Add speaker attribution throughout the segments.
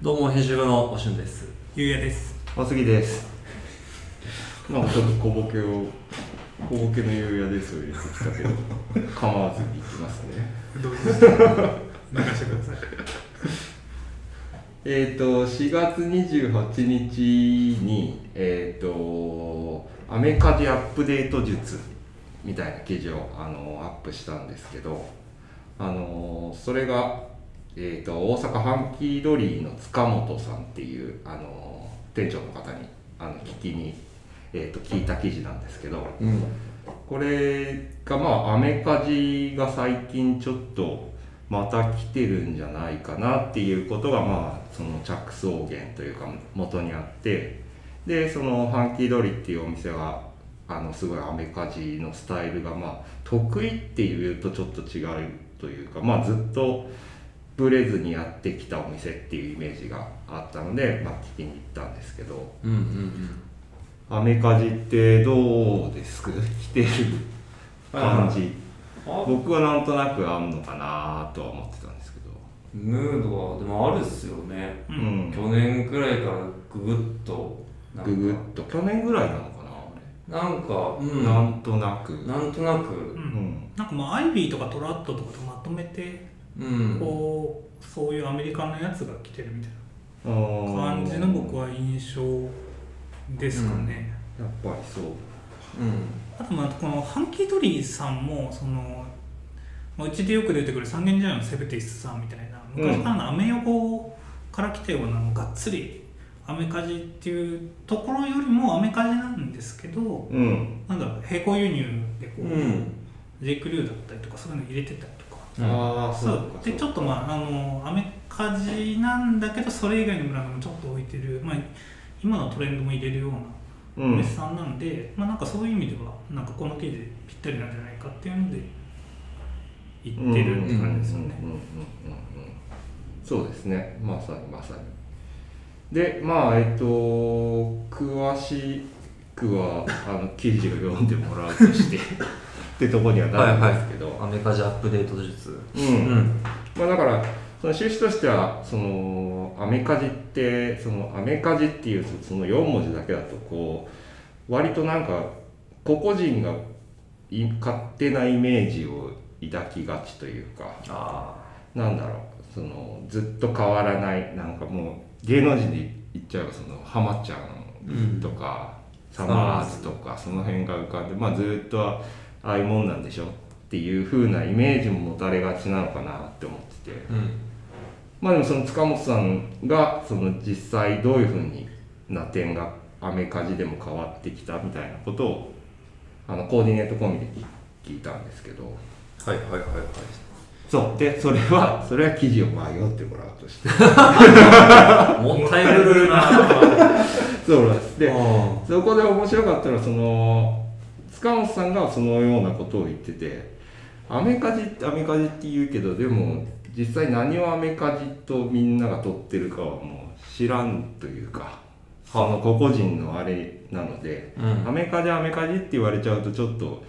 Speaker 1: どうも編集部のおしゅんです
Speaker 2: ゆうやです。
Speaker 3: 小杉ですなんかちょっと小ボケを小ボケの夕やですを入れてきたけど構わずに行きますね
Speaker 2: どうぞ。任せてください。
Speaker 3: えっ、と4月28日にえっ、とアメカジアップデート術みたいな記事をあのアップしたんですけどあのそれが、えー、と大阪ハンキードリーの塚本さんっていうあの店長の方にあの聞きに、えー、と聞いた記事なんですけど、
Speaker 1: うん
Speaker 3: これがまあアメカジが最近ちょっとまた来てるんじゃないかなっていうことがまあその着想源というか元にあってでそのハンキードリっていうお店があのすごいアメカジのスタイルがまあ得意っていうとちょっと違うというかまあずっとブレずにやってきたお店っていうイメージがあったので、まあ、聞きに行ったんですけど。
Speaker 1: うんうんうん
Speaker 3: アメカジってどうです 来てる感じ
Speaker 1: あ
Speaker 3: 僕はなんとなくあんのかなとは思ってたんですけど
Speaker 1: ムードはでもあるっすよね、
Speaker 3: う
Speaker 2: うん。
Speaker 3: ん
Speaker 1: 去年くらいからググッとなんか
Speaker 3: ググッと去年ぐらいなのか
Speaker 1: なんかう
Speaker 3: な、
Speaker 1: ん
Speaker 3: な
Speaker 1: なん
Speaker 3: となくうん
Speaker 1: となく
Speaker 3: うん
Speaker 2: なんかまあアイビーとかトラットとかとまとめて、
Speaker 1: うん
Speaker 2: こうそういうアメリカのやつが来てるみたい
Speaker 3: あ
Speaker 2: な
Speaker 3: ー
Speaker 2: 感じの僕は印象ですかね。
Speaker 3: やっぱりそう
Speaker 1: うん
Speaker 2: あとまあこのハンキードリーさんもその。まあうちでよく出てくる三軒茶屋のセブティスさんみたいな昔からのアメ横から来たようながっつりアメカジっていうところよりもアメカジなんですけど
Speaker 3: うん
Speaker 2: なんだろう並行輸入でこ
Speaker 1: う
Speaker 2: う、
Speaker 1: ん
Speaker 2: ジェイクリューだったりとかそういうの入れてたりとか
Speaker 3: ああ
Speaker 2: そ
Speaker 3: そう
Speaker 2: う
Speaker 3: か
Speaker 2: でちょ
Speaker 3: っ
Speaker 2: っとまああのアメカジなんだけどそれ以外のブランドもちょっと置いてる、まあ、今のトレンドも入れるような
Speaker 3: う
Speaker 2: お
Speaker 3: ん
Speaker 2: 店さんなんで、まあなんかそういう意味ではなんかこの記事ぴったりなんじゃないかっていうので行ってるって感じですよね
Speaker 3: うんうんうんうんうんうんそうですねまさにまさにでまあえっと詳しくはあの記事を読んでもらうとしてってとこにはなるんですけど、
Speaker 1: アメカジアップデート術
Speaker 3: う
Speaker 1: うんん
Speaker 3: まあ、だからその趣旨としてはそのアメカジってそのアメカジっていうその4文字だけだとこう割となんか個々人がい勝手なイメージを抱きがちというか
Speaker 1: あ
Speaker 3: なんだろうそのずっと変わらないなんかもう芸能人で言っちゃえばそのハマちゃんとか、サマーズとかその辺が浮かんで、まあ、ずっとああいうもんなんでしょっていう風なイメージも持たれがちなのかなって思ってて。
Speaker 1: あうん
Speaker 3: まあでもその塚本さんがその実際どういうふうにな点がアメカジでも変わってきたみたいなことをあのコーディネート込みで聞いたんですけど
Speaker 1: はいはいはいはい
Speaker 3: そうでそれはそれは記事を迷ってもらうと して
Speaker 1: もったいぶるな
Speaker 3: そうなんですで
Speaker 1: あ
Speaker 3: そこで面白かったのはその塚本さんがそのようなことを言っててアメカジってアメカジって言うけどでも実際何をアメカジとみんなが取ってるかはもう知らんというかその個々人のあれなので、
Speaker 1: うん
Speaker 3: アメカジアメカジって言われちゃうとちょっと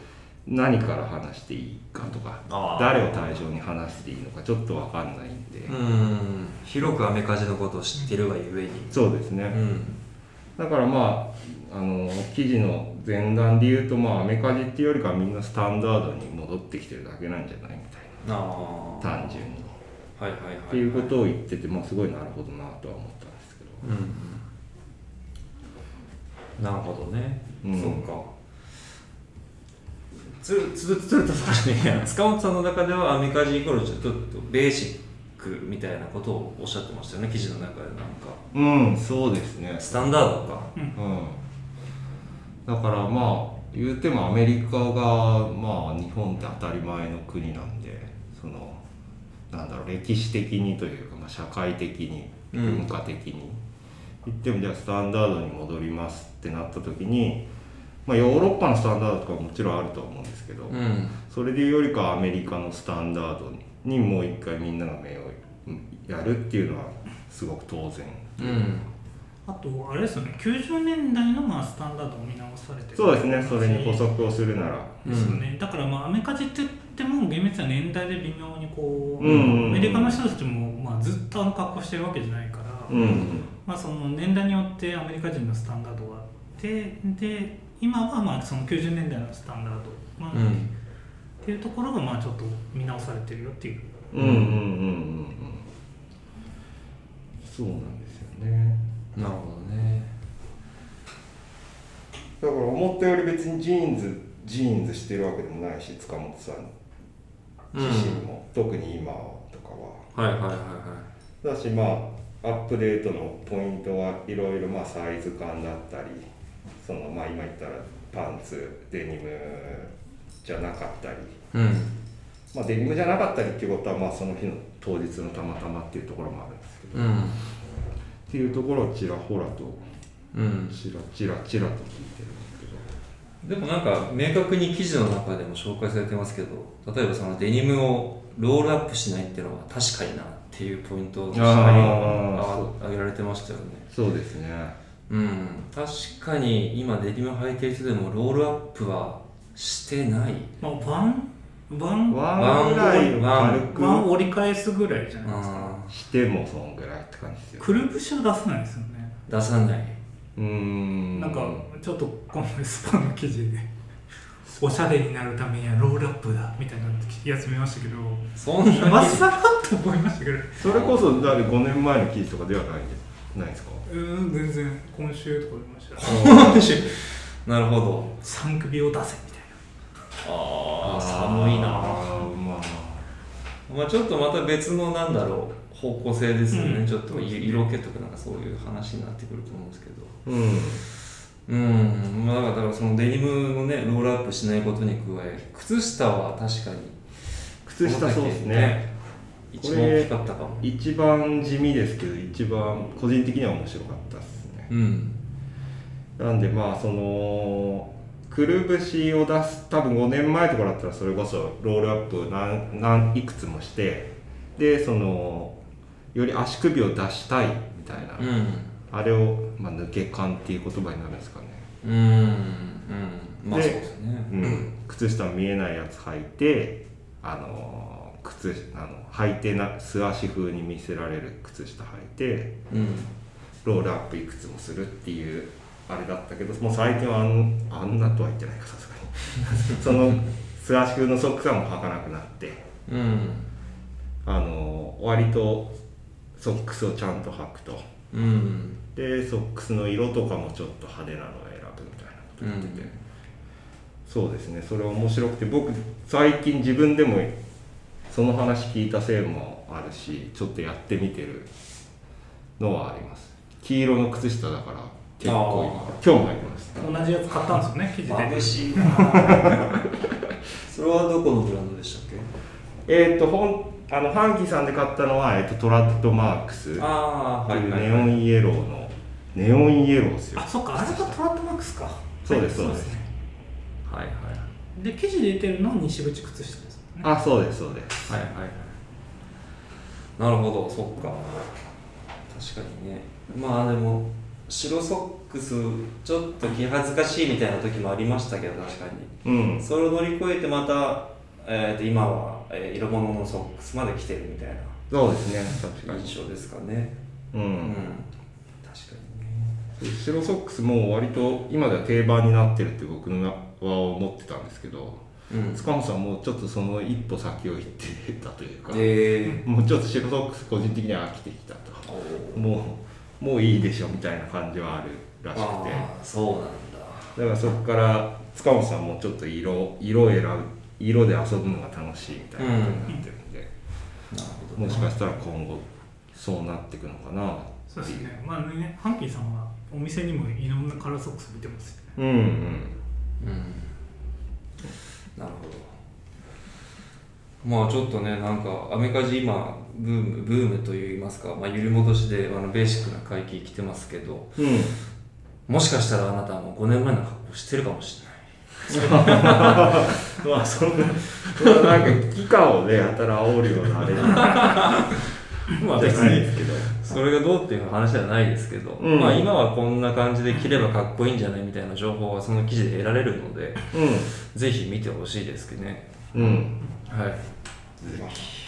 Speaker 3: 何から話していいかとか
Speaker 1: あー
Speaker 3: 誰を対象に話していいのかちょっとわかんないんで、
Speaker 1: うん広くアメカジのことを知ってるがゆえに
Speaker 3: そうですね、
Speaker 1: うん
Speaker 3: だからまああの記事の前段で言うとまあアメカジっていうよりかはみんなスタンダードに戻ってきてるだけなんじゃないみたい
Speaker 1: ああ
Speaker 3: な単純に、
Speaker 1: はいはいはい
Speaker 3: っていうことを言っててまあすごいなるほどなとは思ったんですけど
Speaker 1: なるほどね、
Speaker 3: うん
Speaker 1: そっかつるつるつるとさんじゃねえや塚本さんの中ではアメカジイコールちょっとベーシックみたいなことをおっしゃってましたよね記事の中でなんか
Speaker 3: うんそうですね
Speaker 1: スタンダードか
Speaker 3: うん、だからまあ言うてもアメリカがまあ日本って当たり前の国なんでそのなんだろう歴史的にというか、まあ、社会的に
Speaker 1: うん
Speaker 3: 文化的に、言ってもじゃあスタンダードに戻りますってなった時に、まあ、ヨーロッパのスタンダードとかももちろんあるとは思うんですけど、
Speaker 1: うん
Speaker 3: それでいうよりかはアメリカのスタンダードにもう一回みんなが目をうんやるっていうのはすごく当然。
Speaker 1: うん
Speaker 2: あとあれですよね90年代のまあスタンダードを見直されてる
Speaker 3: そうですねそれに補足をするなら
Speaker 2: ですよね、だからまあアメカジって言っても厳密な年代で微妙にこう、
Speaker 3: うんうんうん
Speaker 2: アメリカの人たちもまあずっとあの格好してるわけじゃないから、か、
Speaker 3: うんうん
Speaker 2: まあ、その年代によってアメリカ人のスタンダードがあってで今はまあその90年代のスタンダード、まあ
Speaker 1: う
Speaker 2: っ
Speaker 1: ん
Speaker 2: ていうところがまあちょっと見直されてるよっていう
Speaker 3: うんうんうんうんそうなんですよね
Speaker 1: なるほどね
Speaker 3: だから思ったより別にジーンズジーンズしてるわけでもないし塚本さん自身も、特に今とかは
Speaker 1: はいはいはいはい
Speaker 3: だしまあアップデートのポイントはいろいろまあサイズ感だったりそのまあ今言ったらパンツデニムじゃなかったり、
Speaker 1: うん
Speaker 3: まあ、デニムじゃなかったりっていうことはまあその日の当日のたまたまっていうところもあるんですけど、っ
Speaker 1: ん
Speaker 3: ていうところをちらほらと
Speaker 1: うん
Speaker 3: ちらちらちらと聞いてるん
Speaker 1: で
Speaker 3: ですけど
Speaker 1: もなんか明確に記事の中でも紹介されてますけど例えばそのデニムをロールアップしないっていうのは確かになっていうポイントとして
Speaker 3: あー
Speaker 1: 挙げられてましたよね
Speaker 3: そうですね
Speaker 1: うん確かに今デニム履いてる人でもロールアップはしてない
Speaker 2: まあワンワンワ
Speaker 3: ワンぐらい
Speaker 2: ン
Speaker 3: 軽
Speaker 2: 折り返すぐらいじゃないですか
Speaker 1: あ
Speaker 3: くしてもそんぐらいって感じですよ
Speaker 2: くるぶしは出さないですよね
Speaker 1: ー出さない
Speaker 3: うん
Speaker 2: なんかちょっと今回スパの記事で おしゃれになるためにはロールアップだみたいなやつ見ましたけど
Speaker 1: そんなに
Speaker 2: 今更と思いましたけど
Speaker 3: それこそだって5年前の記事とかではないんじゃないですか
Speaker 2: うーん全然今週とか見ました
Speaker 1: なるほど
Speaker 2: 三首を出せみたいな
Speaker 1: ああ寒いな
Speaker 3: あーまあ
Speaker 1: まあ、ちょっとまた別のなんだろう方向性ですよね、
Speaker 2: うん
Speaker 1: ちょっとい色気とかなんかそういう話になってくると思うんですけど
Speaker 3: う
Speaker 1: う
Speaker 3: ん
Speaker 1: んまあだからだからそのデニムのねロールアップしないことに加え靴下は確かに
Speaker 3: 靴下そうですね
Speaker 1: 一番大きかったかも
Speaker 3: 一番地味ですけど一番個人的には面白かったですね
Speaker 1: うん
Speaker 3: なんでまあそのくるぶしを出す多分5年前とかだったらそれこそロールアップ何何いくつもしてでそのより足首を出したいみたいな、
Speaker 1: うん
Speaker 3: あれを、まあ、抜け感っていう言葉になるんですかね、
Speaker 1: うんうんまあ
Speaker 3: で
Speaker 1: そうですね
Speaker 3: うん、靴下見えないやつ履いてあの靴あの履いてな素足風に見せられる靴下履いて
Speaker 1: うん
Speaker 3: ロールアップいくつもするっていうあれだったけどもう最近はあんあんなとは言ってないかさすがに その素足風のソックスはもう履かなくなって
Speaker 1: うん
Speaker 3: あの割とソックスをちゃんと履くと
Speaker 1: うん
Speaker 3: でソックスの色とかもちょっと派手なのを選ぶみたいなこと言ってて、
Speaker 1: うん
Speaker 3: そうですねそれ面白くて僕最近自分でもその話聞いたせいもあるしちょっとやってみてるのはあります黄色の靴下だから結構今今日も入ってます
Speaker 2: 同じやつ買ったんですよね記事で
Speaker 1: し いなそれはどこのブランドでしたっけ
Speaker 3: えっ、とほんあのハンキーさんで買ったのは、えー、とトラッドマークスって
Speaker 1: ああはいいうはい、
Speaker 3: ネオンイエローのネオンイエローですよ
Speaker 2: あそっかあれがトラットマックスか
Speaker 3: そうですそうです
Speaker 2: ね
Speaker 1: はいはい
Speaker 2: で記事で出てるのは西口靴下ですもんね
Speaker 3: あそうですそうです
Speaker 1: はいはいはいなるほどそっか確かにねまあでも白ソックスちょっと気恥ずかしいみたいな時もありましたけど確か
Speaker 3: うん
Speaker 1: にそれを乗り越えてまた、えー、と今は、えー色物のソックスまで来てるみたいな
Speaker 3: そうですね確かに
Speaker 1: 印象ですかね
Speaker 3: うん、
Speaker 1: うん、確かにね
Speaker 3: 白ソックスも割と今では定番になってるって僕のは思ってたんですけど
Speaker 1: うん
Speaker 3: 塚本さんもうちょっとその一歩先を行ってたというか、
Speaker 1: え
Speaker 3: もうちょっと白ソックス個人的には飽きてきたと
Speaker 1: ー、お
Speaker 3: もうもういいでしょみたいな感じはあるらしく
Speaker 1: あ
Speaker 3: て
Speaker 1: あそうなんだ
Speaker 3: だからそこから塚本さんもちょっと色色を選ぶ色で遊ぶのが楽しいみたいな感じになってるんで、
Speaker 1: なるほど、
Speaker 3: もしかしたら今後そうなっていくのかなって
Speaker 2: そ
Speaker 3: いう
Speaker 2: ですねまあねハンキーさんはお店にもいろんなカラーソックス見てますよね
Speaker 3: うんうん
Speaker 1: うんなるほどまあちょっとねなんかアメカジ今ブームブームといいますか、まあ、揺り戻しであのベーシックな回帰来てますけど
Speaker 3: うん
Speaker 1: もしかしたらあなたはもう5年前の格好してるかもしれない
Speaker 3: まあそんな、そんななんか、機関をね、やたら煽るようなあれじゃ
Speaker 1: まあ
Speaker 3: ない
Speaker 1: 別に
Speaker 3: ですけど。
Speaker 1: それがどうっていう話じゃないですけど、
Speaker 3: うん
Speaker 1: まあ今はこんな感じで着ればかっこいいんじゃないみたいな情報はその記事で得られるのでぜひ見てほしいですけどね
Speaker 3: うん。うん。
Speaker 1: はい
Speaker 3: ぜひ